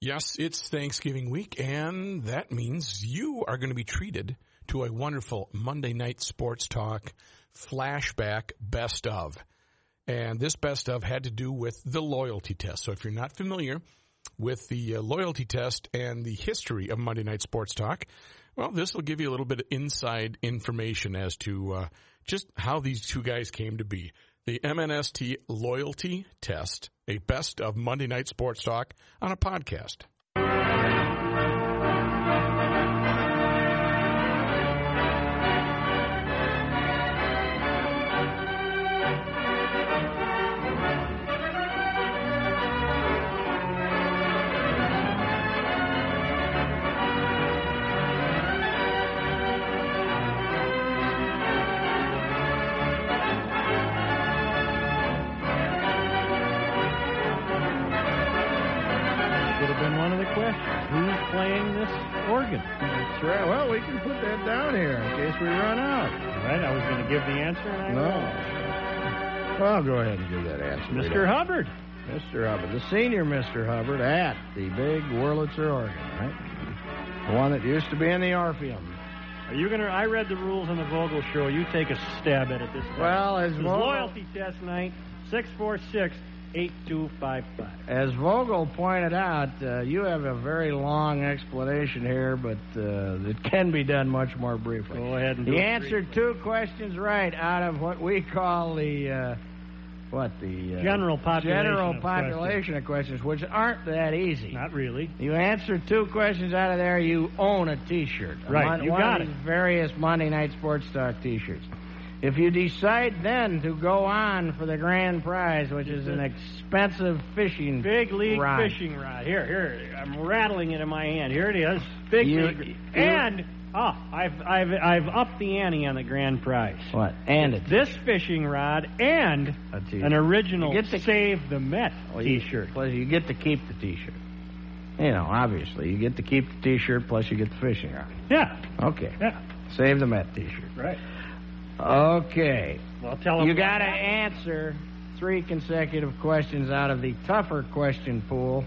Yes, it's Thanksgiving week, and that means you are going to be treated to a wonderful Monday night sports talk flashback best of. And this best of had to do with the loyalty test. So if you're not familiar with the uh, loyalty test and the history of Monday night sports talk, well, this will give you a little bit of inside information as to uh, just how these two guys came to be. The MNST loyalty test, a best of Monday night sports talk on a podcast. Would have been one of the questions. Who's playing this organ? That's right. Well, we can put that down here in case we run out. Right? I was going to give the answer. And I Well, I'll go ahead and give that answer. won't. Mr. Hubbard. Mr. Hubbard, the senior Mr. Hubbard at the big Wurlitzer organ, right? The one that used to be in the Orpheum. Are you going to? I read the rules on the Vogel show. You take a stab at it this time. Well, as This is Vogel- loyalty test night. Six four six eight two five five. As Vogel pointed out, uh, you have a very long explanation here, but uh, it can be done much more briefly. Go ahead and do He it answered two questions right out of what we call the uh, what the uh, General population general of population of questions, which aren't that easy. Not really. you answer two questions out of there, you own a T-shirt. Right, One, you one got of it. these various Monday Night Sports Talk T-shirts. If you decide then to go on for the grand prize, which is an expensive fishing Big league rod, fishing rod. Here, here. I'm rattling it in my hand. Here it is. Big You- league. you- and oh, I've I've I've upped the ante on the grand prize. What? And it's This fishing rod and a T-shirt. an original You get to- Save the Met Well, you- T-shirt. Plus, you get to keep the T-shirt. You know, obviously, you get to keep the T-shirt. Plus, you get the fishing rod. Yeah, Okay. yeah, Save the Met T-shirt. right. Okay. Well, tell them You got to answer three consecutive questions out of the tougher question pool.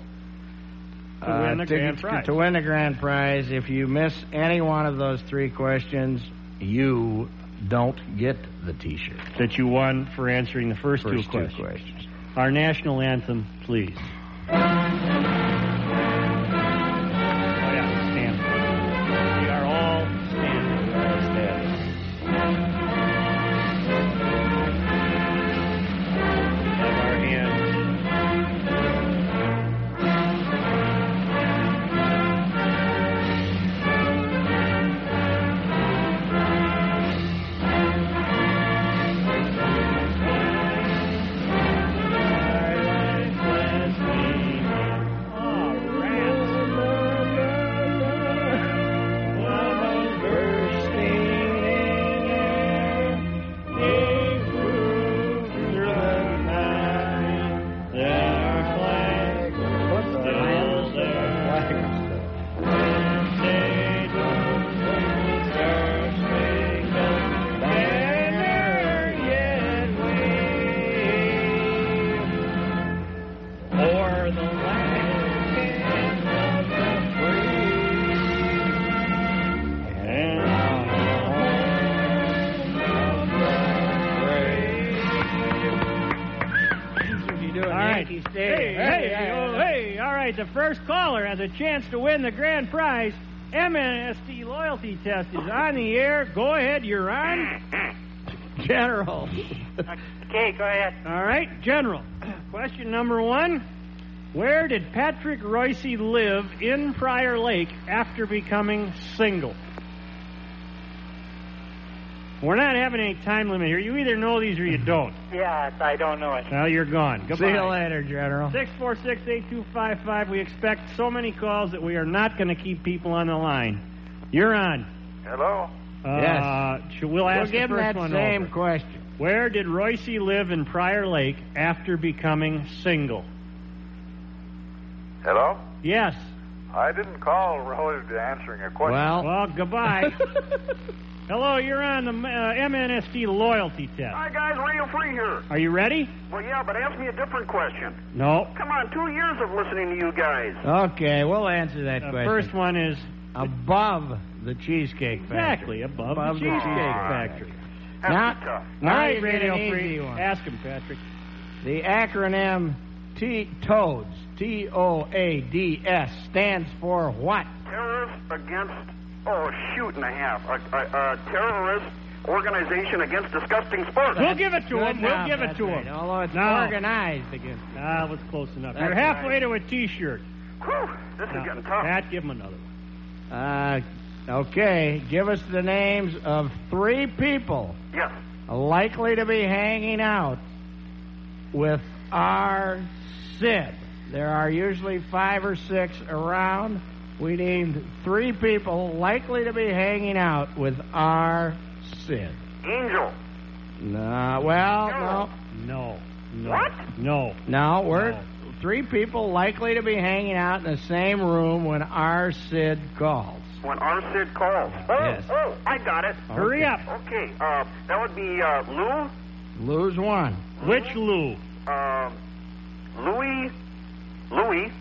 uh, To win the grand prize. To win the grand prize. If you miss any one of those three questions, you don't get the T-shirt. that you won for answering the first, First two, questions. two questions. Our national anthem, please. Oh, yeah, stand. We are all standing. Have our hands. Our life has been oh, tonight, the first caller has a chance to win the grand prize. MNSD loyalty test is on the air. Go ahead, you're on. General. Okay, go ahead. All right, General. Question number one Where did Patrick Royce live in Prior Lake after becoming single? We're not having any time limit here. You either know these or you don't. Yes, I don't know it. Well, you're gone. Goodbye. See you later, General. Six four six eight two five five. We expect so many calls that we are not going to keep people on the line. You're on. Hello? Uh, sh- We'll We'll ask give him the first that one same over. question. Where did Royce live in Prior Lake after becoming single? Hello? Yes. I didn't call relative to answering a question. Well, Well, goodbye. Hello, you're on the uh, MNSD loyalty test. Hi, guys. Real free here. Are you ready? Well, yeah, but ask me a different question. No. Come on, two years of listening to you guys. okay, we'll answer that The question. Uh, first one is above the Cheesecake Factory. exactly above, Above the the Cheesecake Cheesecake Factory. That's Not- tough. Now All right, you're getting Radio an Free. easy one. Ask him, Patrick. The acronym T TOADS, T O A D S, stands for what? Terrorists against, oh, shoot and a half. A, a, a terrorist organization against disgusting sports. We'll give it to Good him. We'll enough, give it that's to right. him. Although it's No. organized against. Ah, that was close enough. That's You're halfway to a T-shirt. Whew, this is Now, getting tough. Pat, give him another one. Uh, okay, give us the names of three people Yes. likely to be hanging out with our Sid. There are usually five or six around. We named three people likely to be hanging out with our Sid. Angel. Nah, well, no. No. No. What? No. No, we're No. three people likely to be hanging out in the same room when our Sid calls. When our Sid calls. Oh, Yes. oh, I got it. Hurry up. Okay, uh, that would be uh, Lou, Lose one. Which Lou? uh, Louis, Louis,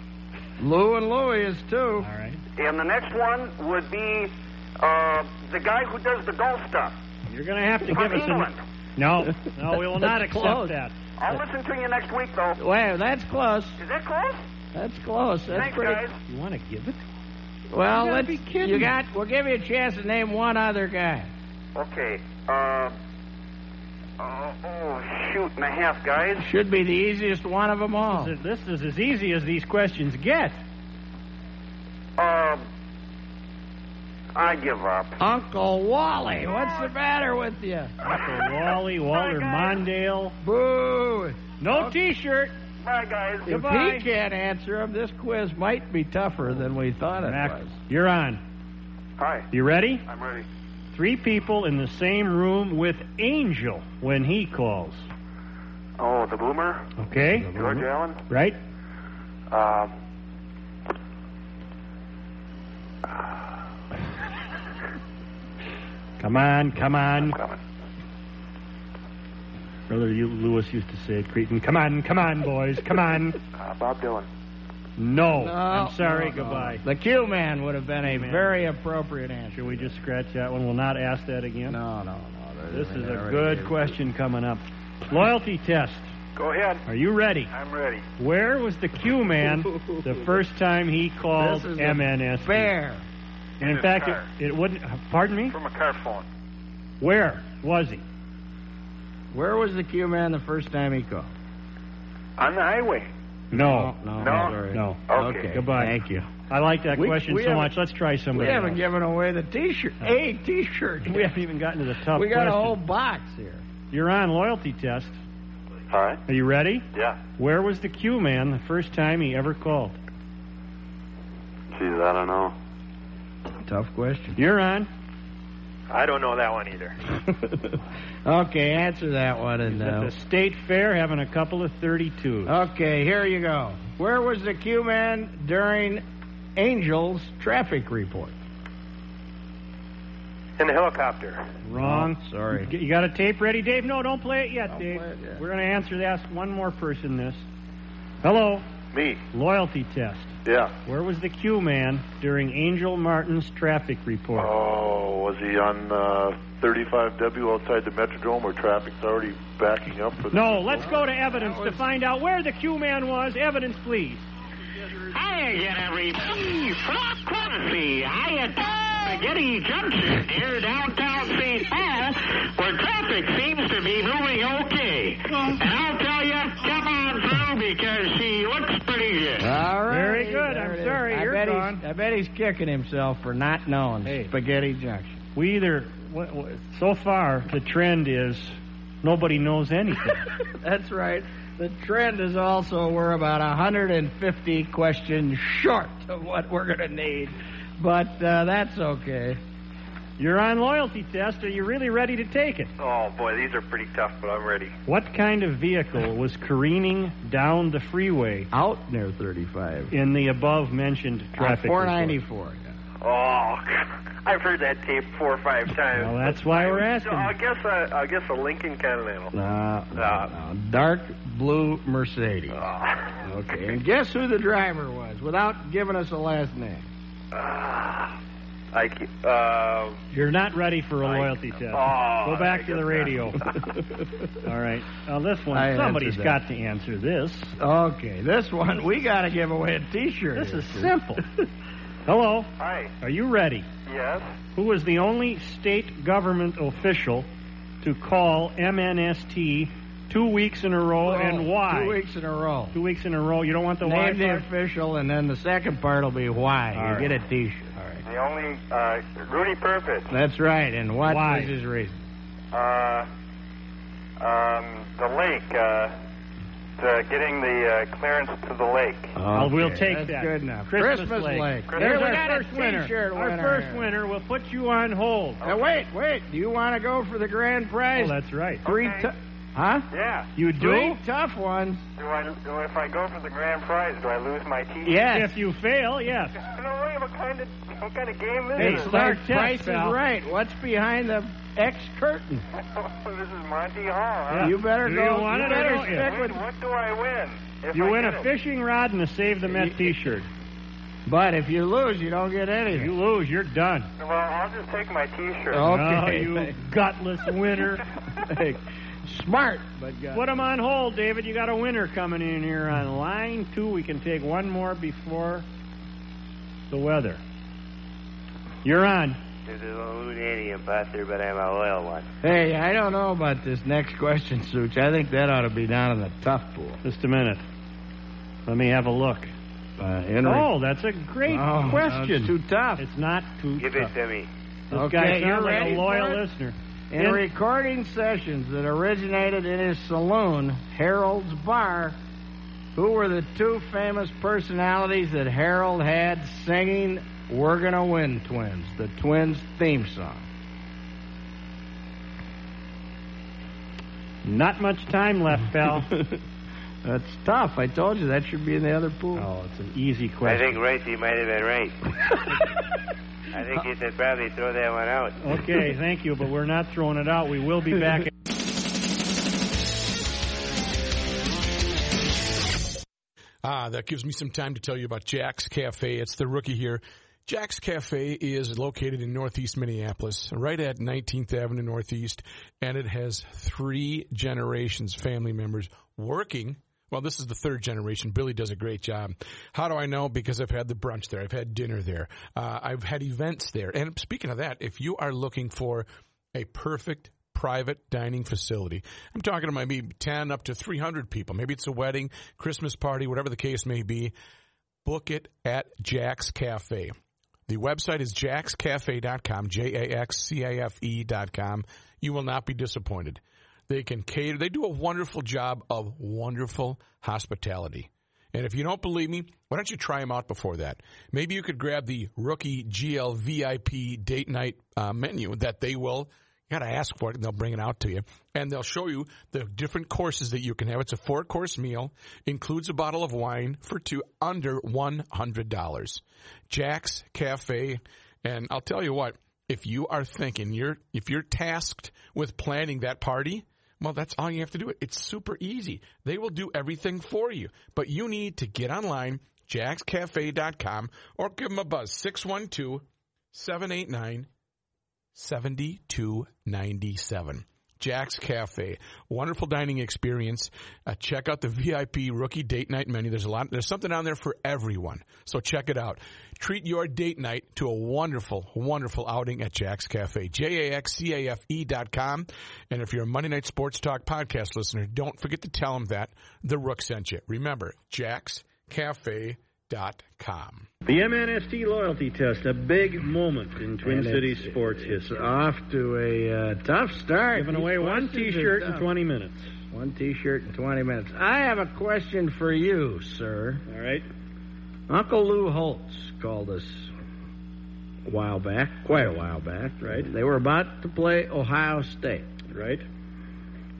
Lou and Louie is two. All right. and the next one would be uh, the guy who does the golf stuff You're going to have to give from us England. a... No. No, we will not That's accept close. that. I'll listen to you next week, though. Wait, that's close. Is that close? That's close. That's Thanks, pretty. guys. You want to give it? Well, You gotta let's. be kidding. You got. We'll give you a chance to name one other guy. Okay. Uh, oh, oh, shoot and a half, guys. Should be the easiest one of them all. This is- This is as easy as these questions get. Um, I give up. Uncle Wally. What's the matter with you? Uncle Wally, Walter Mondale. Boo! No T-shirt. Bye, guys. If Goodbye. he can't answer him, this quiz might be tougher than we thought it Mac, was. you're on. Hi, You ready? I'm ready. Three people in the same room with Angel when he calls. Oh, the boomer, Okay? George Mm-hmm. Allen. Right? Um, Come on, come on. coming. Brother you, Lewis used to say, greeting, come on, come on, boys, come on. Uh, Bob Dylan. No. No, I'm sorry, no, no. goodbye. The Q man would have been a Man. very appropriate answer. Should we just scratch that one? We'll not ask that again. No, no, no. there- This I mean, is there a already good question coming up. Loyalty test. Go ahead. Are you ready? I'm ready. Where was the Q man the first time he called This is a MNS? Fair. And in His fact, car. it, it wouldn't. Pardon me? From a car phone. Where was he? Where was the Q man the first time he called? On the highway. No. no, No. sorry. No. Okay. Okay. Goodbye. Thank you. I like that We- question we so haven't- much. Let's try We somebody. haven't else. given away the T-shirt. A T-shirt. we haven't even gotten to the tough We got a question. whole box here. You're on loyalty test. All right. Are you ready? Yeah. Where was the Q man the first time he ever called? Geez, I don't know. Tough question. You're on. I don't know that one either. okay, answer that one and At uh, the state fair, having a couple of 32s. okay, here you go. Where was the Q man during Angel's traffic report? In the helicopter. Wrong. Oh, sorry. You got a tape ready, Dave? No, don't play it yet, Don't Dave. play it yet. We're going to answer that. One more person. This. Hello. Me. Loyalty test. Yeah. Where was the Q man during Angel Martin's traffic report? Oh, was he on uh, 35W outside the Metrodome where traffic's already backing up for the No, let's go to evidence to find out where the Q man was. Evidence, please. Hey, I get every flop clumsy. I at Spaghetti Junction near downtown St. Paul, where traffic seems to be moving okay. And I'll tell you, come on through because she looks pretty good. All right. Very good. there I'm it sorry, I you're bet he's- gone. I bet he's kicking himself for not knowing Spaghetti Junction. We either, w- w- so far, the trend is nobody knows anything. That's right. The trend is also we're about 150 questions short of what we're going to need, but uh, that's okay. You're on loyalty test. Are you really ready to take it? Oh boy, these are pretty tough, but I'm ready. What kind of vehicle was careening down the freeway Out near 35. in the above mentioned traffic? Uh, 494. yeah. Oh, I've heard that tape four or five times. Well, that's why we're asking. So I guess a, I guess a Lincoln Continental. No, no, Uh, no. dark blue Mercedes. Oh. Okay, and guess who the driver was without giving us a last name? Ah, I ca- uh, You're not ready for a I- loyalty test. Oh, Go back I to the guess radio. All right. Now, this one, I somebody's answered got that. to answer this. Okay, this one we got to give away a T-shirt. This is here. simple. Hello. hi. Are you ready? Yes. Who was the only state government official to call MNST two weeks in a row and why? Two weeks in a row. Two weeks in a row. You don't want the why Name the part? official, and then the second part will be why. you right. get a T-shirt. All right. The only uh, Rudy Purpose. That's right. And what Why? was his reason? Uh, um, the lake. Uh, the, getting the uh, clearance to the lake. Well, we'll take That's that. good enough. Christmas, Lake. Lake. There's There's our our first first T-shirt winner. Our winner. first winner. We'll put you on hold. Now, wait, wait. Do you want to go for the grand Oh, prize? that's right. Three, Okay. tou- huh? Yeah. You do? Three tough ones. Do I? Do, if I go for the grand prize, do I lose my teeth? Yes. If you fail, yes. I don't know what kind of what kind of game this Hey, is. Star- Our Price test, is pal. right. What's behind the X curtain? this is Monty Hall. Huh? Yeah. You better Do go. you want it or better don't you? stick What, with. what do I win? If You I win get a it? fishing rod and a Save the Met T-shirt. But if you lose, you don't get anything. You lose, you're done. Well, I'll just take my T-shirt. Oh, okay. you gutless winner. Smart, but got Put them on hold, David. You got a winner coming in here on line two. We can take one more before the weather. You're on. There's a old idiot buster, but I'm a loyal one. Hey, I don't know about this next question, Such. I think that ought to be down in the tough pool. Just a minute. Let me have a look. Uh, Henry. Oh, that's a great Oh, no, question. it's too tough. It's not too Give tough. it to me. This Okay, guy you're sounds like ready a for loyal it? listener. In recording sessions that originated in his saloon, Harold's Bar, who were the two famous personalities that Harold had singing We're Gonna Win Twins, the Twins theme song? Not much time left, pal. That's tough. I told you that should be in the other pool. oh, it's an easy I question. think Ricey might have been right. I think you should probably throw that one out. Okay, thank you, but we're not throwing it out. We will be back. Ah, that gives me some time to tell you about Jack's Cafe. It's the rookie here. Jack's Cafe is located in northeast Minneapolis, right at 19th Avenue Northeast, and it has three generations family members working. Well, this is the third generation. Billy does a great job. How do I know? Because I've had the brunch there. I've had dinner there. Uh, I've had events there. And speaking of that, if you are looking for a perfect private dining facility. I'm talking to maybe 10 up to 300 people. Maybe it's a wedding, Christmas party, whatever the case may be. Book it at Jack's Cafe. The website is jackscafe.com, J A X C A F E.com. You will not be disappointed. They can cater, they do a wonderful job of wonderful hospitality. And if you don't believe me, why don't you try them out before that? Maybe you could grab the rookie GL VIP date night uh, menu that they will. You got to ask for it, and they'll bring it out to you, and they'll show you the different courses that you can have. It's a four course meal, includes a bottle of wine for two under one hundred dollars. Jack's Cafe, and I'll tell you what: if you are thinking you're if you're tasked with planning that party, well, that's all you have to do. It's super easy. They will do everything for you, but you need to get online, jackscafe.com, or give them a buzz 612 789 7297. Jack's Cafe. Wonderful dining experience. Uh, check out the VIP rookie date night menu. There's a lot. There's something on there for everyone. So check it out. Treat your date night to a wonderful, wonderful outing at Jack's Cafe. J A X C A F E dot com. And if you're a Monday Night Sports Talk podcast listener, don't forget to tell them that the Rook sent you. Remember, Jack's Cafe dot com. The MNST loyalty test, a big moment in Twin Cities sports history. Off to a uh, tough start. Giving These away one questions are T-shirt in tough. 20 minutes. One T-shirt in 20 minutes. I have a question for you, sir. All right. Uncle Lou Holtz called us a while back, quite a while back. Right. They were about to play Ohio State. Right.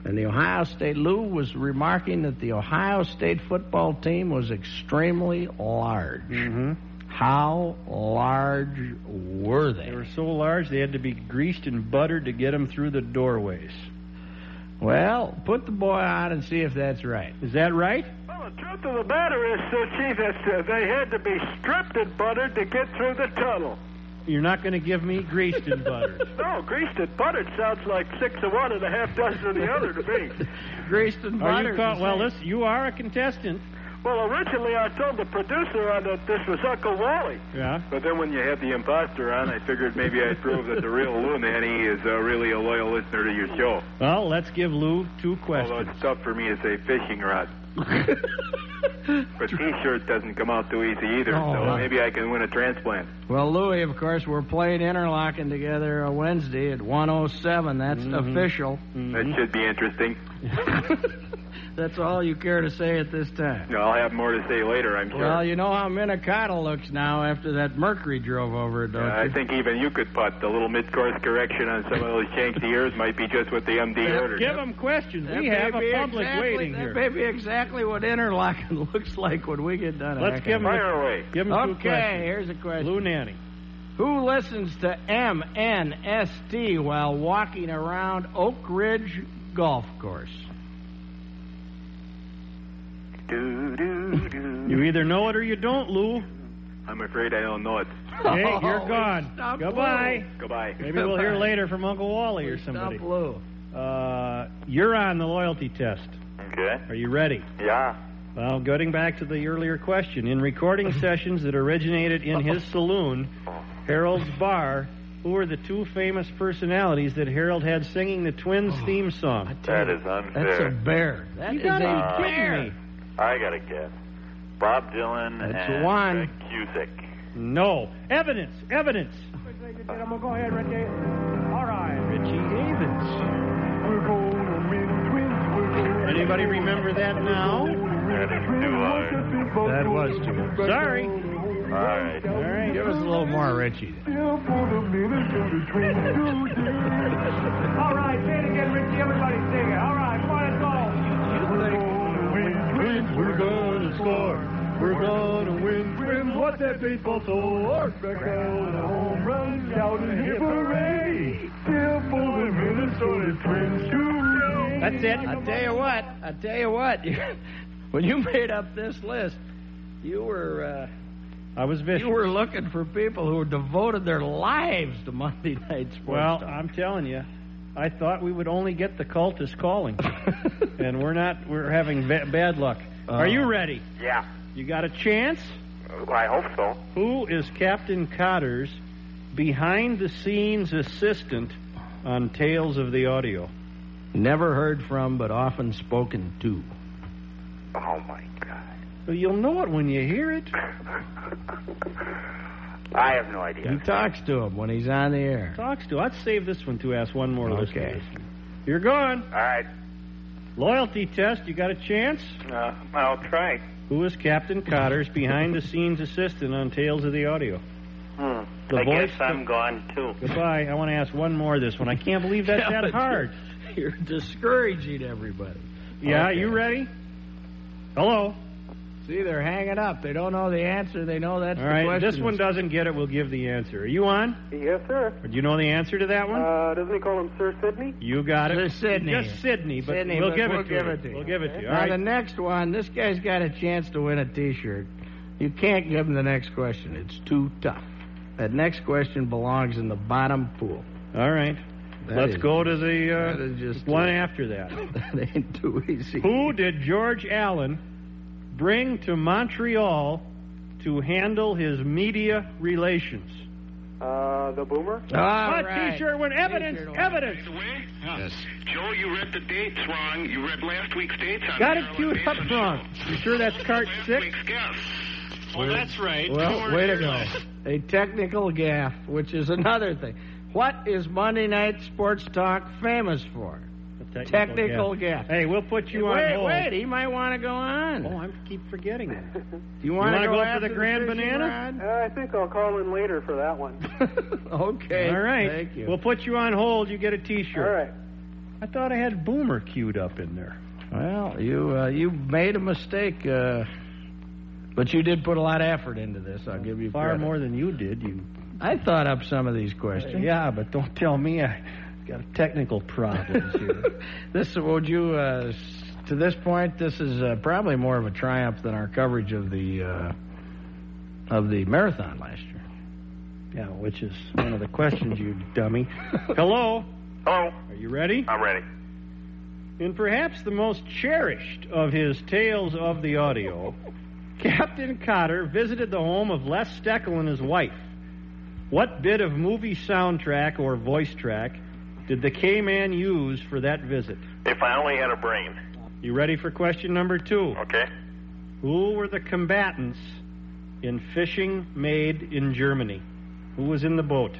And the Ohio State, Lou was remarking that the Ohio State football team was extremely large. Mm-hmm. How large were they? They were so large they had to be greased and buttered to get them through the doorways. Well, put the boy on and see if that's right. Is that right? Well, the truth of the matter is, uh, Jesus, uh, they had to be stripped and buttered to get through the tunnel. You're not going to give me greased and buttered. No, greased and buttered sounds like six of one and a half dozen of the other to me. Greased and Are buttered. you caught? Well, this you are a contestant. Well, originally I told the producer on that this was Uncle Wally. Yeah. But then when you had the imposter on, I figured maybe I'd prove that the real Lou Nanny is uh, really a loyal listener to your show. Well, let's give Lou two Although questions. it's tough for me to say fishing rod. but T-shirt doesn't come out too easy either, Oh, so wow. maybe I can win a transplant. Well, Louis, of course, we're playing Interlocking together on Wednesday at 107. That's Mm-hmm. official. Mm-hmm. That should be interesting. That's all you care to say at this time. You know, I'll have more to say later, I'm sure. Well, you know how Minnetonka looks now after that Mercury drove over it, don't Uh, I you? think even you could putt. The little mid-course correction on some of those shanky ears might be just what the MD ordered. Give them questions. That we may have a be public exactly, waiting that here. may be exactly what Interlocking looks like when we get done. Let's give 'em a- Fire away. Give them two Okay, questions. here's a question. Lou Nanny. Who listens to MNST while walking around Oak Ridge Golf Course? Do, do, do. You either know it or you don't, Lou. I'm afraid I don't know it. Hey, you're Oh, gone. stop Goodbye. Goodbye. Maybe we'll hear later from Uncle Wally or Stop somebody. Lou. Uh, you're on the loyalty test. Okay. Are you ready? Yeah. Well, getting back to the earlier question, in recording sessions that originated in his saloon, Harold's bar, who were the two famous personalities that Harold had singing the Twins Oh. theme song? That is unfair. That's a bear. That You is gotta a be bear. kidding me. I got to guess. Bob Dylan That's and one. Greg Cusick. No. Evidence, evidence. I'm gonna go ahead right there. All right. Richie Havens. Anybody remember that now? That is too hard. That was too much. Sorry. All right. All right. Give us a little more, Richie. All right, say it again, Richie. Everybody sing it. All right, come on, let's go. We're gonna score. We're gonna win. Win what that baseball told. home run, That's it. I tell you what. I tell you what. when you made up this list, you were I was uh, vicious. you were looking for people who devoted their lives to Monday night sports. Well, talk. I'm telling you, I thought we would only get the cultist calling, and we're not. We're having ba- bad luck. Uh. Are you ready? Yeah. You got a chance? I hope so. Who is Captain Cotter's behind-the-scenes assistant on Tales of the Audio? never heard from, but often spoken to. Oh, my God. Well, you'll know it when you hear it. I have no idea. He talks to him when he's on the air. Talks to. I'd save this one to ask one more listener. Okay. You're gone. All right. Loyalty test. You got a chance? Uh, I'll try. Who is Captain Cotter's behind-the-scenes assistant on Tales of the Audio? Hmm. The I voice guess I'm gone too. Goodbye. I want to ask one more this one. I can't believe that's Yeah, that but hard. You're discouraging everybody. Yeah, Okay. you ready? Hello. See, they're hanging up. They don't know the answer. They know that's All the right. question. This one doesn't get it. We'll give the answer. Are you on? Yes, sir. Or do you know the answer to that one? Uh, doesn't he call him Sir Sidney? you got it. Just Sydney. Just Sydney, but Sydney, we'll but give we'll it to give you. it to you. We'll give it to you. All Now, the right. next one, this guy's got a chance to win a T-shirt. You can't give him the next question. It's too tough. That next question belongs in the bottom pool. All right. That Let's is- go to the uh, that is just one too- after that. That ain't too easy. Who did George Allen bring to Montreal to handle his media relations? Uh, the boomer? What T-shirt with evidence? Evidence. Yes. Joe, you read the dates wrong. You read last week's dates. On Got it Marilyn queued up Manson's wrong. You sure that's cart six? Well, that's right. Well, way to go. A technical gaffe, which is another thing. What is Monday Night Sports Talk famous for? Technical gaffe. Hey, we'll put you on wait, hold. wait, he might want to go on. Oh, I am keep forgetting that. Do you want to wanna go for after the grand fishing banana? rod? Uh, I think I'll call in later for that one. okay. All right. Thank you. We'll put you on hold. You get a T-shirt. All right. I thought I had Boomer queued up in there. Well, you uh, you made a mistake, uh, but you did put a lot of effort into this. I'll give you Far credit. more than you did. You. I thought up some of these questions. Yeah, but don't tell me I got technical problems here. this would you uh, s- to this point? This is uh, probably more of a triumph than our coverage of the uh, of the marathon last year. yeah, which is one of the questions, you dummy. Hello. Hello. Are you ready? Oh, I'm ready. In perhaps the most cherished of his tales of the audio, Captain Cotter visited the home of Les Steckel and his wife. What bit of movie soundtrack or voice track did the K Man use for that visit? If I only had a brain. You ready for question number two? Okay. Who were the combatants in fishing made in Germany? Who was in the boat?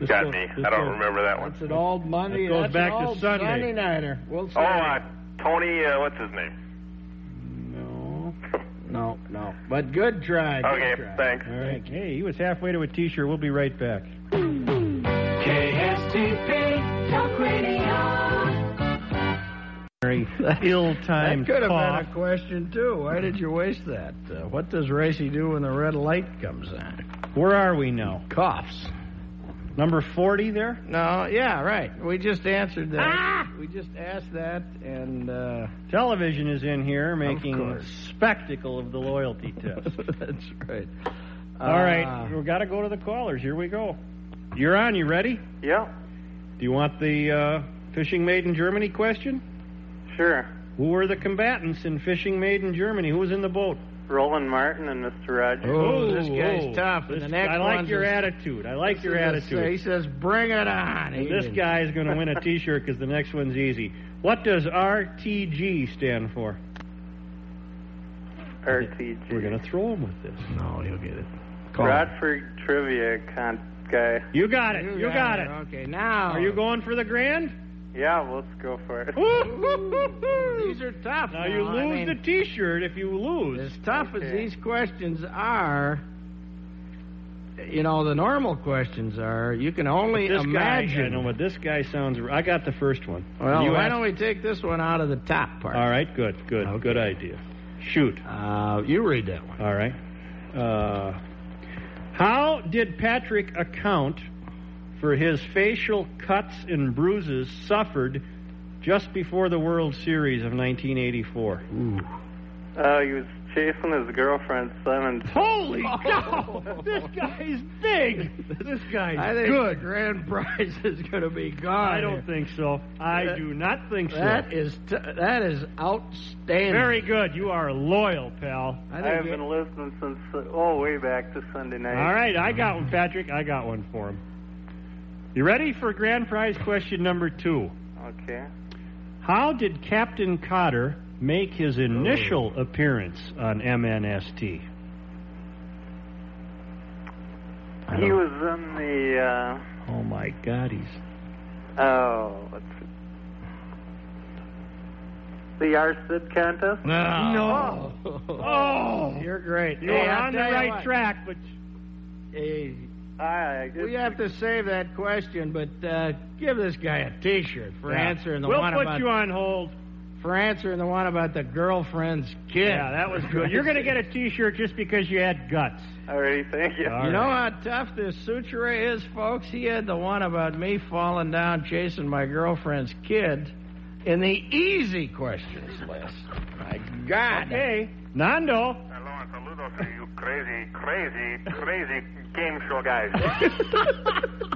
This Got goes- me. this I don't goes- remember that one. That's an old Monday. That goes that's back an to old Sunday. nighter. We'll see. Oh, uh, Tony, uh, what's his name? No. no, no. But good try. good Okay, try. thanks. All right. Hey, he was halfway to a T-shirt. We'll be right back. KSTP Talk Radio. Very ill-timed That could have cough. been a question too. Why did you waste that? Uh, what does Racy do when the red light comes on? Where are we now? Coughs. Number 40 there? No, yeah, right. We just answered that. We just asked that, and uh, Television is in here making a course. spectacle of the loyalty test. that's right. Uh, All Ah. right, we got to go to the callers. Here we go. You're on. You ready? Do Yeah, you want the uh, fishing made in Germany question? sure. Who were the combatants in fishing made in Germany? Who was in the boat? Roland Martin and Mr. Rogers. Oh, this guy's oh. tough. and This- the next I like one's your a- attitude. I like this your is a- He attitude. says, "Bring it on." And this Aiden. guy is going to win a T-shirt because the next one's easy. What does RTG stand for? RTG. We're going to throw him with this. No, he'll get it. Call. Bradford trivia con- guy. You got it. You, got, it. Okay, now Are you going for the grand? Yeah, let's go for it. These are tough. Now you I mean, lose the T-shirt if you lose. As tough as Okay. these questions are, you know, the normal questions are, you can only This guy, I imagine. know, but this guy sounds. I got the first one. well, you why asked- don't we take this one out of the top part? All right, good, good, Okay. good idea. Shoot. Uh, you read that one. All right. Uh, how did Patrick account for his facial cuts and bruises suffered just before the World Series of 1984? Uh, he was chasing his girlfriend's son and Holy cow! This guy's big. This guy's I think good. the grand prize is going to be gone. I don't think so. I do not think so. That is t- that is outstanding. Very good. You are loyal, pal. I I have think been listening since, oh, way back to Sunday night. All right, I got one, Patrick. I got one for him. You ready for grand prize question number two? Okay. How did Captain Cotter make Oh. his initial appearance on MNST? He was in the, Oh my God, he's uh, oh, what's it? The R. Sid contest? no. oh, you're, You're great. Hey, I'll on the tell you right what. track, but Hey, Oh, I, we have to save that question, but uh, give this guy a T-shirt for Yeah. answering the we'll one put about you on hold. for answering the one about the girlfriend's kid. Yeah, that was good. You're going to get a T-shirt just because you had guts. All right, thank you. All You right. know how tough this suture is, folks? He had the one about me falling down chasing my girlfriend's kid in the easy questions list. My God. Hey, Nando. Hello, and saludo, you, you crazy, crazy, crazy game show guys.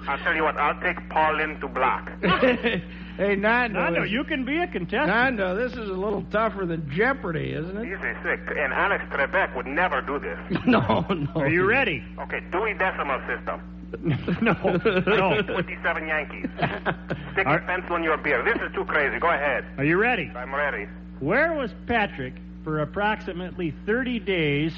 I'll tell you what, I'll take Pauline to block. hey, Nando. Nando, this- you can be a contestant. Nando, this is a little tougher than Jeopardy, isn't it? He's a sick, and Alex Trebek would never do this. No, no. Are you ready? Okay, Dewey Decimal System. no. No. 27 Yankees. Stick a pencil in your beer. This is too crazy. Go ahead. Are you ready? I'm ready. Where was Patrick for approximately 30 days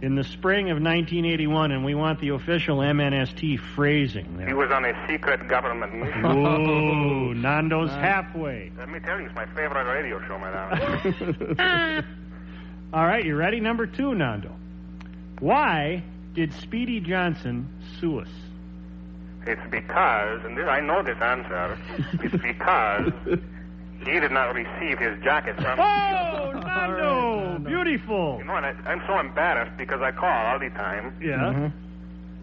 in the spring of 1981? And we want the official MNST phrasing He there. was on a secret government mission. Whoa, Nando's halfway. Let me tell you, it's my favorite radio show, madam. All right, you ready? Number two, Nando. Why did Speedy Johnson sue us? it's because, and this, I know this answer, it's because he did not receive his jacket from. Oh, Nando, beautiful. You know, and I, I'm so embarrassed because I call all the time. Yeah. Mm-hmm.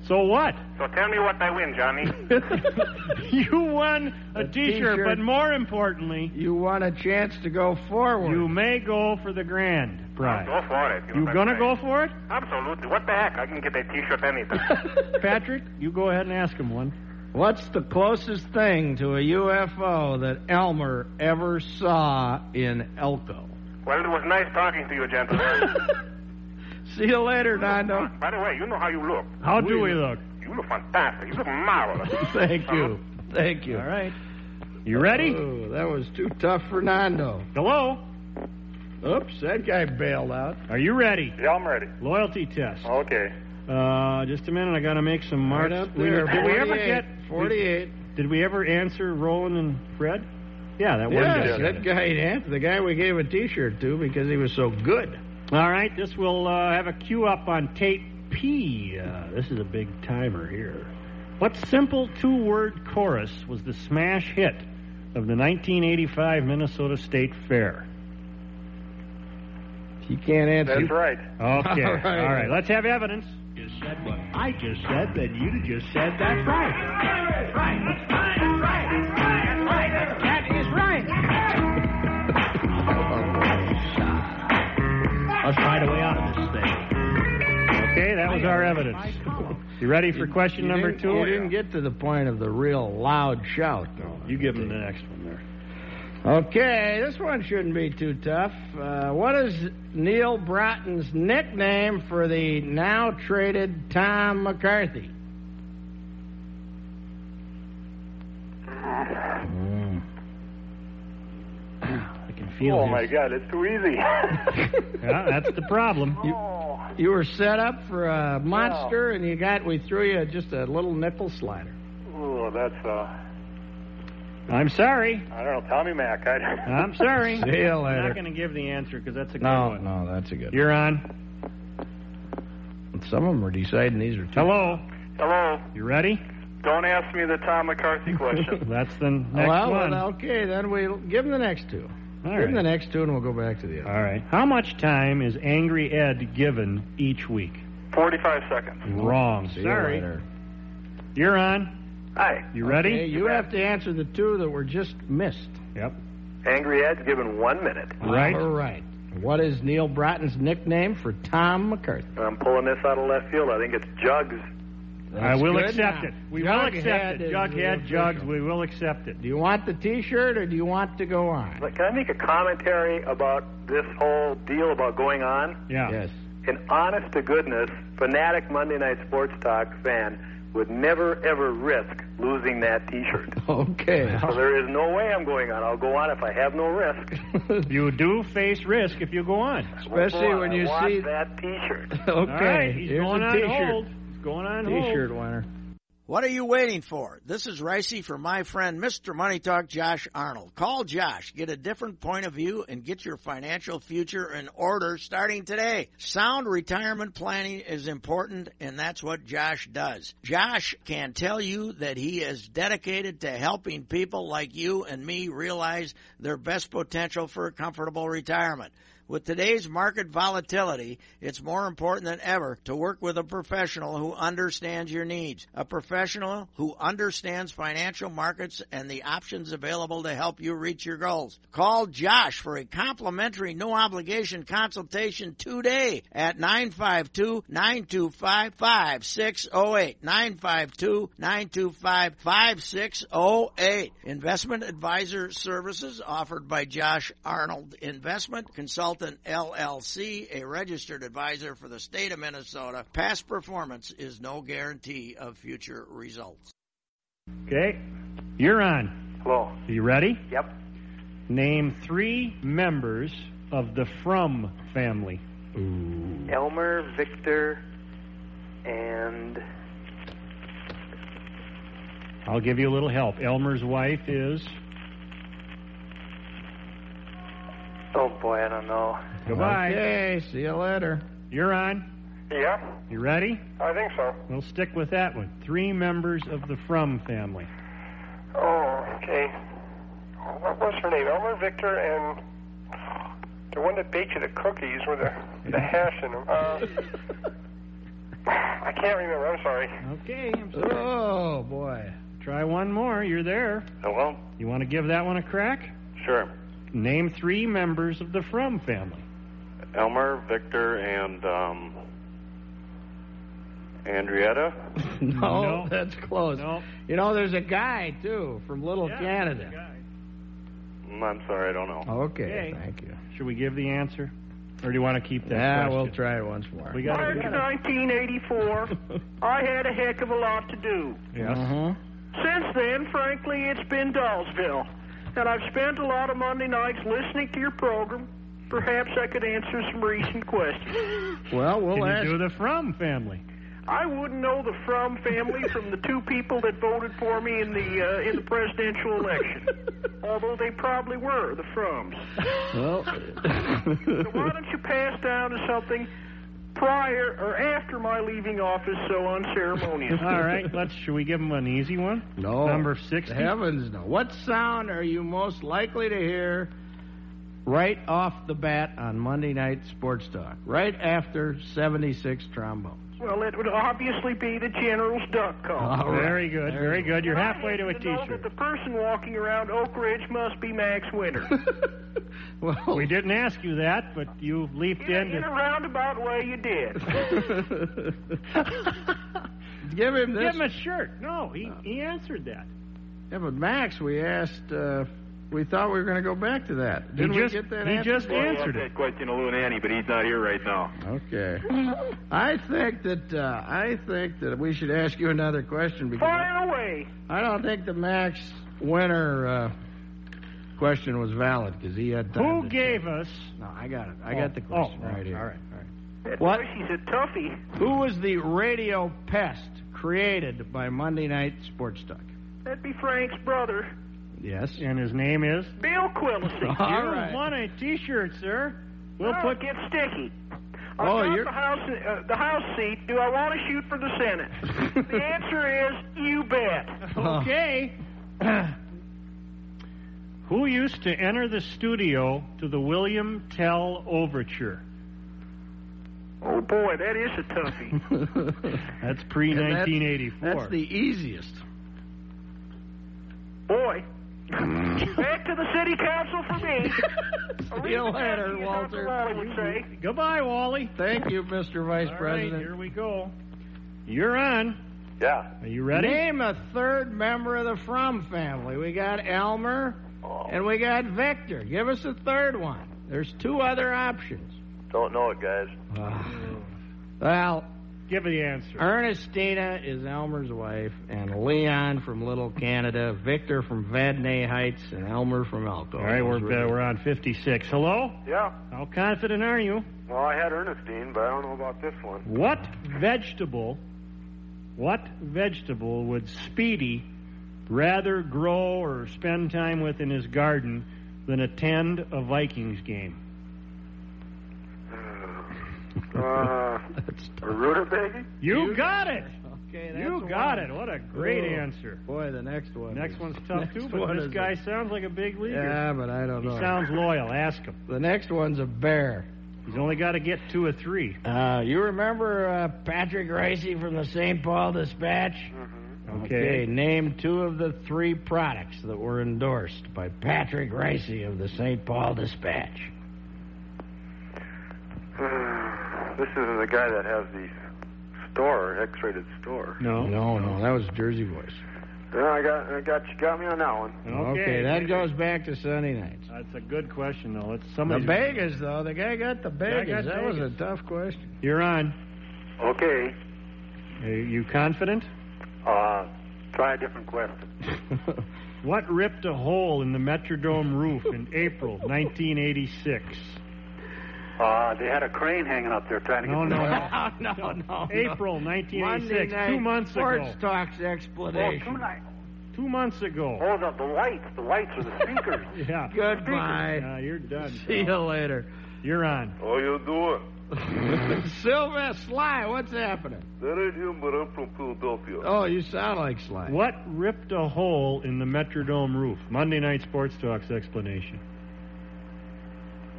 So what? So tell me what I win, Johnny. you won a T-shirt, t-shirt. but more importantly, You want a chance to go forward. you may go for the grand prize. Go for it. You know, gonna that's go right. for it, Absolutely. What the heck? I can get a T-shirt anytime. Patrick? You go ahead and ask him one. What's the closest thing to a UFO that Elmer ever saw in Elko? well, it was nice talking to you, gentlemen. See you later, Nando. By the way, you know how you look. How do we look? You look fantastic. You look marvelous. Thank you. Thank you. All right. You ready? Oh, that was too tough for Nando. Hello. Oops, that guy bailed out. Are you ready? Yeah, I'm ready. Loyalty test. Okay. Uh, just a minute. I gotta make some Right marks. up We- there. did we ever 48, get? 48? Did we ever answer Roland and Fred? Yeah, that one guy. Yes, got it. that guy, Ant, the guy we gave a T-shirt to because he was so good. All right, this will uh, have a cue up on tape P. Uh, this is a big timer here. What simple two word chorus was the smash hit of the 1985 Minnesota State Fair? He can't answer. That's right. Okay, all right. right. let's have evidence. just said what I just said, then you just said that's right. Right, right, right, right, right. That is right. Let's find a way out of this thing. Okay, that was our evidence. You ready for question You number didn't- two? You didn't get to the point of the real loud shout. No. You give him the next one there. Okay, this one shouldn't be too tough. Uh, what is Neil Broughton's nickname for the now traded Tom McCarthy? Hmm. I can feel Oh his- my God, it's too easy. Yeah, that's the problem. oh, You were set up for a monster, and you got we threw you just a little nickel slider. oh, that's uh, I'm sorry. I don't know, Tommy Mac. I, I'm sorry. See you I'm not later. going to give the answer because that's a good No, one. no, that's a good. You're on. Some of them are deciding these are. tough. Hello. Hello. You ready? Don't ask me the Tom McCarthy question. That's the next Well, one. well, okay, then we'll give him the next two. All give him the right. next two, and we'll go back to the other. All right. How much time is Angry Ed given each week? Forty-five seconds. Wrong. See you Sorry. later. You're on. Hi. You ready? Okay, you have to answer the two that were just missed. Yep. Angry Ed's given one minute. Right. All right. What is Neil Broughton's nickname for Tom McCarthy? I'm pulling this out of left field. I think it's Jugs. I will good. accept it. We will Jughead accept it. is Jughead, the Jugs, official. we will accept it. Do you want the T-shirt or do you want to go on? Can I make a commentary about this whole deal about going on? Yeah. Yes. An honest to goodness, fanatic Monday Night Sports Talk fan would never ever risk losing that T-shirt. Okay. So there is no way I'm going on. I'll go on if I have no risk. You do face risk if you go on. Especially when you Oh, I want see. that T-shirt. Okay. All right. He's Here's going a on T-shirt. hold. He's going on hold. T-shirt winner. What are you waiting for? This is Ricey for my friend Mr. Money Talk Josh Arnold. Call Josh, get a different point of view, and get your financial future in order starting today. Sound retirement planning is important, and that's what Josh does. Josh can tell you that he is dedicated to helping people like you and me realize their best potential for a comfortable retirement. With today's market volatility, it's more important than ever to work with a professional who understands your needs, a professional who understands financial markets and the options available to help you reach your goals. Call Josh for a complimentary no obligation consultation today at 952-925-5608. 952-925-5608. Investment advisor services offered by Josh Arnold Investment Consultant LLC, a registered advisor for the state of Minnesota. Past performance is no guarantee of future results. Okay, you're on. Hello. Are you ready? Yep. Name three members of the From family. Elmer, Victor, and I'll give you a little help. Elmer's wife is. oh boy, I don't know. Goodbye. Okay, see you later. You're on. Yeah, You ready? I think so. We'll stick with that one. Three members of the From family. Oh, okay. What was her name? Elmer Victor and the one that baked you the cookies with the, the hash in them. Uh, I can't remember. I'm sorry. Okay, I'm sorry. Oh boy. Try one more. You're there. Hello? You want to give that one a crack? Uh, Sure. Name three members of the From family. Elmer, Victor, and um, Andrietta. No, Oh, that's close. You know, there's a guy too from Little Yeah, Canada. Mm, I'm sorry, I don't know. Okay, Okay. thank you. Should we give the answer, or do you want to keep that? Yeah, question? we'll try it once more. We got March 1984, I had a heck of a lot to do. Yes. Since then, frankly, it's been Dollsville. And I've spent a lot of Monday nights listening to your program. Perhaps I could answer some recent questions. Well, we'll Can ask. you do the From family? I wouldn't know the From family from the two people that voted for me in the uh, in the presidential election, although they probably were the Froms. Well, So why don't you pass down to something prior or after my leaving office so unceremonious? All right. Let's. Should we give them an easy one? No. Number sixty. Heavens no. What sound are you most likely to hear right off the bat on Monday night sports talk? Right after 76 trombones. Well, it would obviously be the general's duck call. All right. Very good. There Very you go. good. Uh-huh. You're I halfway to a happen know that T-shirt. the person walking around Oak Ridge must be Max Winter. Well, We didn't ask you that, but you leaped in, a, in. in a roundabout way, you did. give him this. Give him a shirt. No, he, he answered that. Yeah, but Max, we asked. Uh, we thought we were going to go back to that. Didn't just- we get that he answer? just Well, answered okay. it. question to Lou and Annie, but he's not here right now. Okay. I think that uh, I think that we should ask you another question because Fire away. I don't think the Max winner uh, question was valid because he had time. Who to- gave us? No, I got it. I Oh, got the question oh, right here. all right, That What? voice, he's a toughie. Oh. Who was the radio pest created by Monday Night Sports Talk? That'd be Frank's brother, Yes. And his name is. Bill Quillison. All you right. won a T-shirt, sir. We'll Now put. it gets sticky. I Oh, got you're- the house uh, the house seat. Do I want to shoot for the Senate? the answer is you bet. Okay. Who used to enter the studio to the William Tell Overture? Oh boy, that is a toughie. That's pre And that's- 1984. That's the easiest. Boy. Back to the city council for me. See you later, Walter. I would say. Goodbye, Wally. Thank you, Mr. Vice All right, President. here we go. You're on. Yeah. Are you ready? Name a third member of the From family. We got Elmer and we got Victor. Give us a third one. There's two other options. Don't know it, guys. Well, Give the answer. Ernestina is Elmer's wife, and Leon from Little Canada, Victor from Vadney Heights, and Elmer from Elko. All right, we're uh, we're on 56. Hello. Yeah. How confident are you? Well, I had Ernestine, but I don't know about this one. What vegetable? What vegetable would Speedy rather grow or spend time with in his garden than attend a Vikings game? Uh, a rutabaga? You got it. Okay, that's You the got one. it. What a great Ooh. answer. Boy, the next one. Next is- one's tough next too, but one this is- guy sounds like a big leaguer. Yeah, but I don't He know. sounds loyal. Ask him. The next one's a bear. He's only got to get two or three. Uh, you remember uh, Patrick Ricey from the St. Paul Dispatch? Okay, name two of the three products that were endorsed by Patrick Ricey of the St. Paul Dispatch. This isn't the guy that has the store, X-rated store. Oh. No, no, no. That was Jersey Boys. No, I got, I got you. Got me on that one. Okay, that goes back to Sunday nights. That's a good question, though. It's The somebody's Vegas, though. The guy got the Guy got Vegas. That was a Vegas. tough question. You're on. Okay. Are you confident? Uh, try a different question. What ripped a hole in the Metrodome roof in April 1986? Uh, they had a crane hanging up there trying to No, get. no, the- no. no, no. April 1986, two months ago. Sports Talks explanation. Oh, two night- Two months ago. Oh, the, the lights. The lights are the speakers. yeah. Goodbye. Yeah, you're done. See you later. You're on. How you doing? Silver Sly, what's happening? That ain't him, but I'm from Philadelphia. Oh, you sound like Sly. What ripped a hole in the Metrodome roof? Monday Night Sports Talks explanation.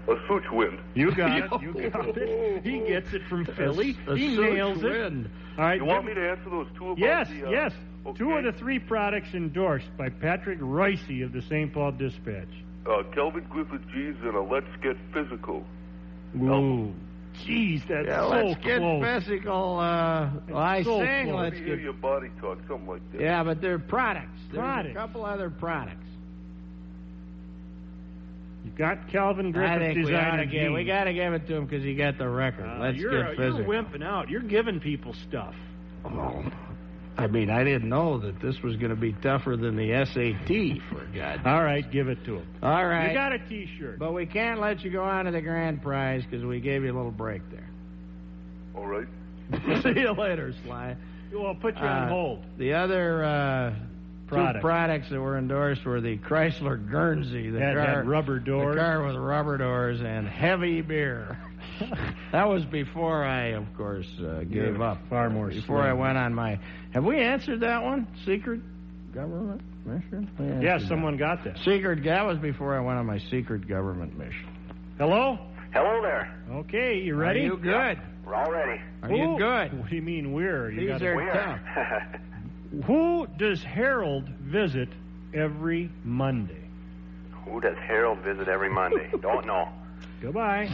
A switch wind. You got it. You got it. He gets it from Philly. A he search nails it. wind. All right. You want me to answer those two? About Yes, the, uh, yes. Two of the three products endorsed by Patrick Ricey of the St. Paul Dispatch. Uh, Kelvin Griffith G's and a Let's Get Physical. Ooh. Jeez, that's Yeah, so let's get close. physical. Uh, well, I so sing. close. Let's Let me get. hear your body talk, something like that. Yeah, but they're products. There's Products. a couple other products. You got Calvin I Griffith think we design ought to and give. Jeans. We got to give it to him because he got the record. Uh, let's you're, get you're physical. wimping out. You're giving people stuff. Well, I mean, I didn't know that this was going to be tougher than the SAT. For God. All right, give it to him. All right. You got a T-shirt. But we can't let you go on to the grand prize because we gave you a little break there. All right. See you later, Sly. Well, put you on Uh, hold. The other uh, Product. two products that were endorsed were the Chrysler Guernsey, the Had- had car, rubber doors. the car with rubber doors, and heavy beer. that was before I, of course, uh, gave You're up. Far more. Before I slim. went on my. Have we answered that one? Secret government mission? We answered Yeah, that. someone got that. Secret. That was before I went on my secret government mission. Hello. Hello there. Okay, you ready? Are you good? We're all ready. Are you Ooh. good? What do you mean we're? You These gotta- are We are. Who does Harold visit every Monday? Who does Harold visit every Monday? Don't know. Goodbye.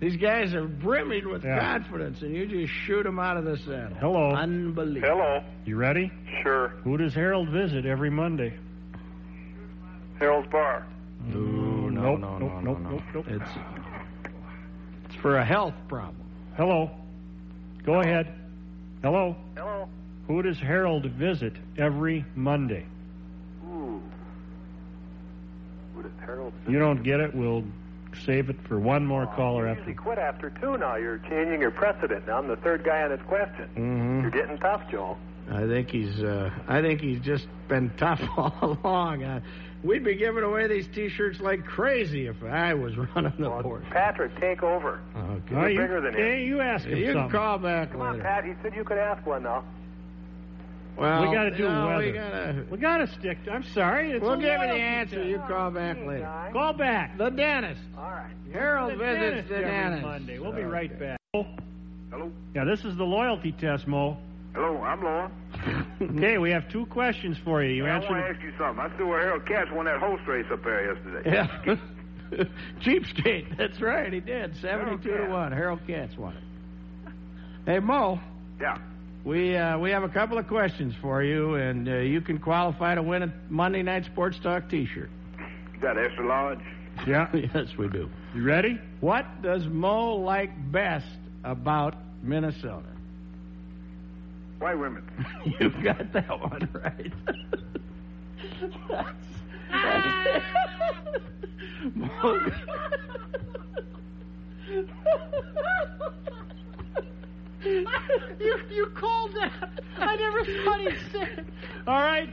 These guys are brimming with Yeah. confidence, and you just shoot them out of the saddle. Hello. Unbelievable. Hello. You ready? Sure. Who does Harold visit every Monday? Harold's Bar. Ooh, Oh, no, nope, no, nope, no, nope, no, nope, nope. It's, it's for a health problem. Hello. Go ahead. Hello. Hello. Who does Harold visit every Monday? Ooh. Who does Harold You don't get it, we'll save it for one more caller after. quit after two now. You're changing your precedent. Now I'm the third guy on this question. hmm You're getting tough, Joel. I think he's. Uh, I think he's just been tough all along. Uh, we'd be giving away these T-shirts like crazy if uh, I was running the board. Patrick, take over. Okay. Oh, you, bigger than him. hey, you ask him You can something. call back Come on, later. Pat. He said you could ask one now. Well, we gotta do no, weather. We gotta. We gotta stick. To, I'm sorry. It's We'll a give you the loyalty answer. test. You call back later. Call back. The dentist. All right. Harold The visits the every dentist. Monday. We'll be right back. Hello. Yeah, this is the loyalty test, Mo. Hello. I'm Lauren. Okay, we have two questions for you. You I answer. want to ask you something. I see where Harold Cash won that horse race up there yesterday. Yeah. Cheapskate. That's right. He did. 72 Harold to Katz. 1. Harold Katz won it. Hey, Mo, Yeah. we uh, we have a couple of questions for you, and uh, you can qualify to win a Monday Night Sports Talk t shirt. You got extra large? Yeah. yes, we do. You ready? What does Mo like best about Minnesota? White women. you got that one right. That's- that's- Mo, you, you called that. I never thought he'd say it. All right.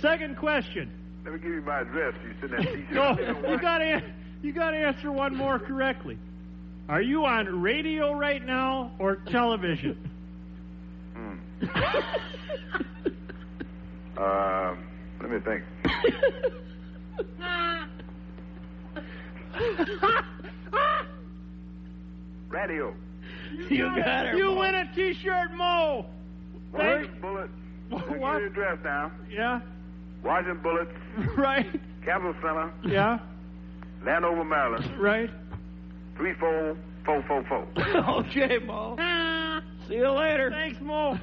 Second question. Let me give you my address. You send that T-shirt. No, You know you what? got to you got to answer one more correctly. Are you on radio right now or television? Hmm. Um, let me think. Radio. You got it. You win a T-shirt, Mo. Bullet, bullet. What? Your address now. Yeah. Washington Bullets. Right. Capital Center. Yeah. Landover, Maryland. Right. Three four four four four. okay, Mo. See you later. Thanks, Mo.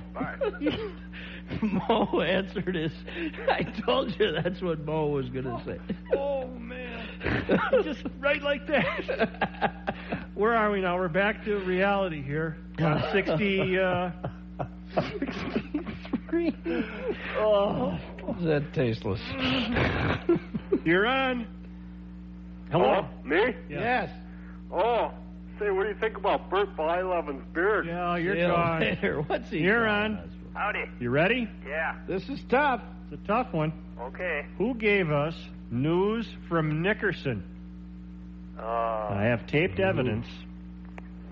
Mo answered his. I told you that's what Mo was going to say. Oh man. Just right like that. Where are we now? We're back to reality here. Uh, Sixty. Uh, Oh, is that tasteless? You're on. Hello? Oh, me? Yes. Oh, say, what do you think about Bert Bylevin's beard? Yeah, you're gone. What's he You're calling on. Howdy. You ready? Yeah. This is tough. It's a tough one. Okay. Who gave us news from Nickerson? Uh, I have taped evidence.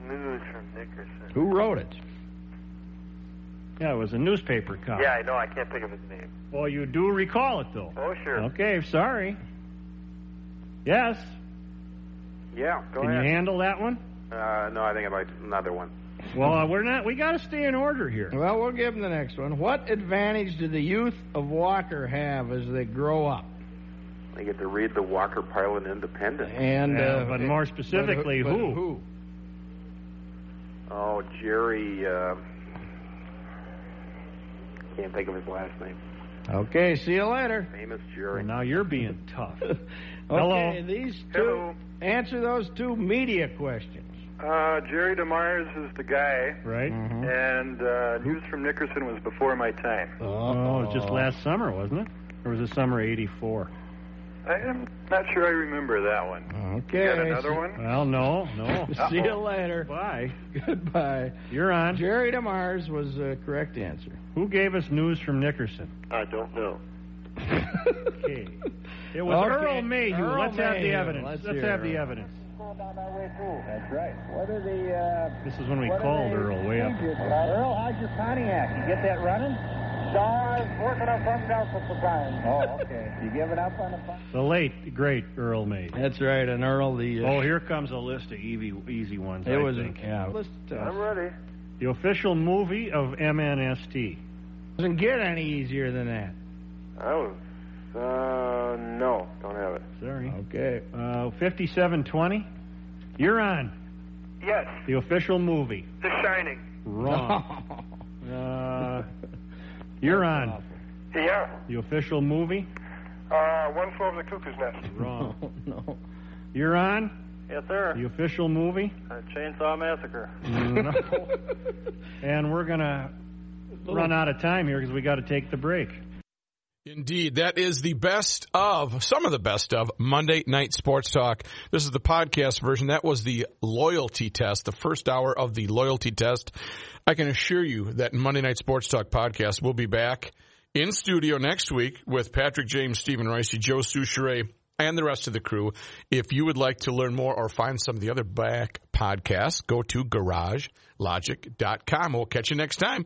news from Nickerson. Who wrote it? Yeah, it was a newspaper copy. Yeah, I know. I can't think of his name. Well, you do recall it, though. Oh, Uh, sure. Okay, sorry. Yes. Yeah, go Can ahead. you handle that one? Uh, no, I think I'd like another one. Well, uh, we're not. We got to stay in order here. Well, we'll give him the next one. What advantage do the youth of Walker have as they grow up? They get to read the Walker Pilot Independent. And uh, but it- more specifically, but who? who? Oh, Jerry. Uh, can't think of his last name. Okay, see you later. Famous Jerry. Now you're being tough. Hello. Okay, these two Hello. answer those two media questions. Uh, Jerry DeMars is the guy, Right? Mm-hmm. and uh, news from Nickerson was before my time. Oh, it was just last summer, wasn't it? Or was it summer '84? I am not sure I remember that one. Okay. You got another one? Well, no, no. See you later. Bye. Goodbye. You're on. Jerry DeMars was the correct answer. Who gave us news from Nickerson? I don't know. Okay. It was Okay. Earl Mayhew. Earl Let's have the Mayhew. evidence. Let's Let's, hear have the it. evidence. That's right. What are the, uh, This is when we what are called they Earl way up. changes? Uh, Earl, how's your Pontiac? You get that running? No, I was working on something else at the time. Oh, okay. You giving up on the Pontiac? The late, great Earl Mayhew. That's right, and Earl the. Uh, Oh, here comes a list of easy, easy ones. it I was think. yeah. Let's I'm ready. the official movie of MNST. doesn't get any easier than that. I was. Oh, Uh, no, don't have it. Sorry. Okay. Uh, 5720. You're on. Yes, The official movie. The Shining. Wrong. uh, you're on. Yeah. The official movie. Uh, one flew over the cuckoo's nest. Wrong. no. You're on. Yes, sir. Uh, The official movie. Chainsaw Massacre. No. and we're gonna run out of time here because we got to take the break. Indeed, that is the best of some of the best of Monday Night Sports Talk. This is the podcast version. That was the loyalty test, the first hour of the loyalty test. I can assure you that Monday Night Sports Talk podcast will be back in studio next week with Patrick James, Stephen Ricey, Joe Souchere, and the rest of the crew. If you would like to learn more or find some of the other back podcasts, go to garagelogic.com. We'll catch you next time.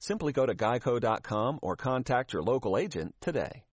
Simply go to geico.com or contact your local agent today.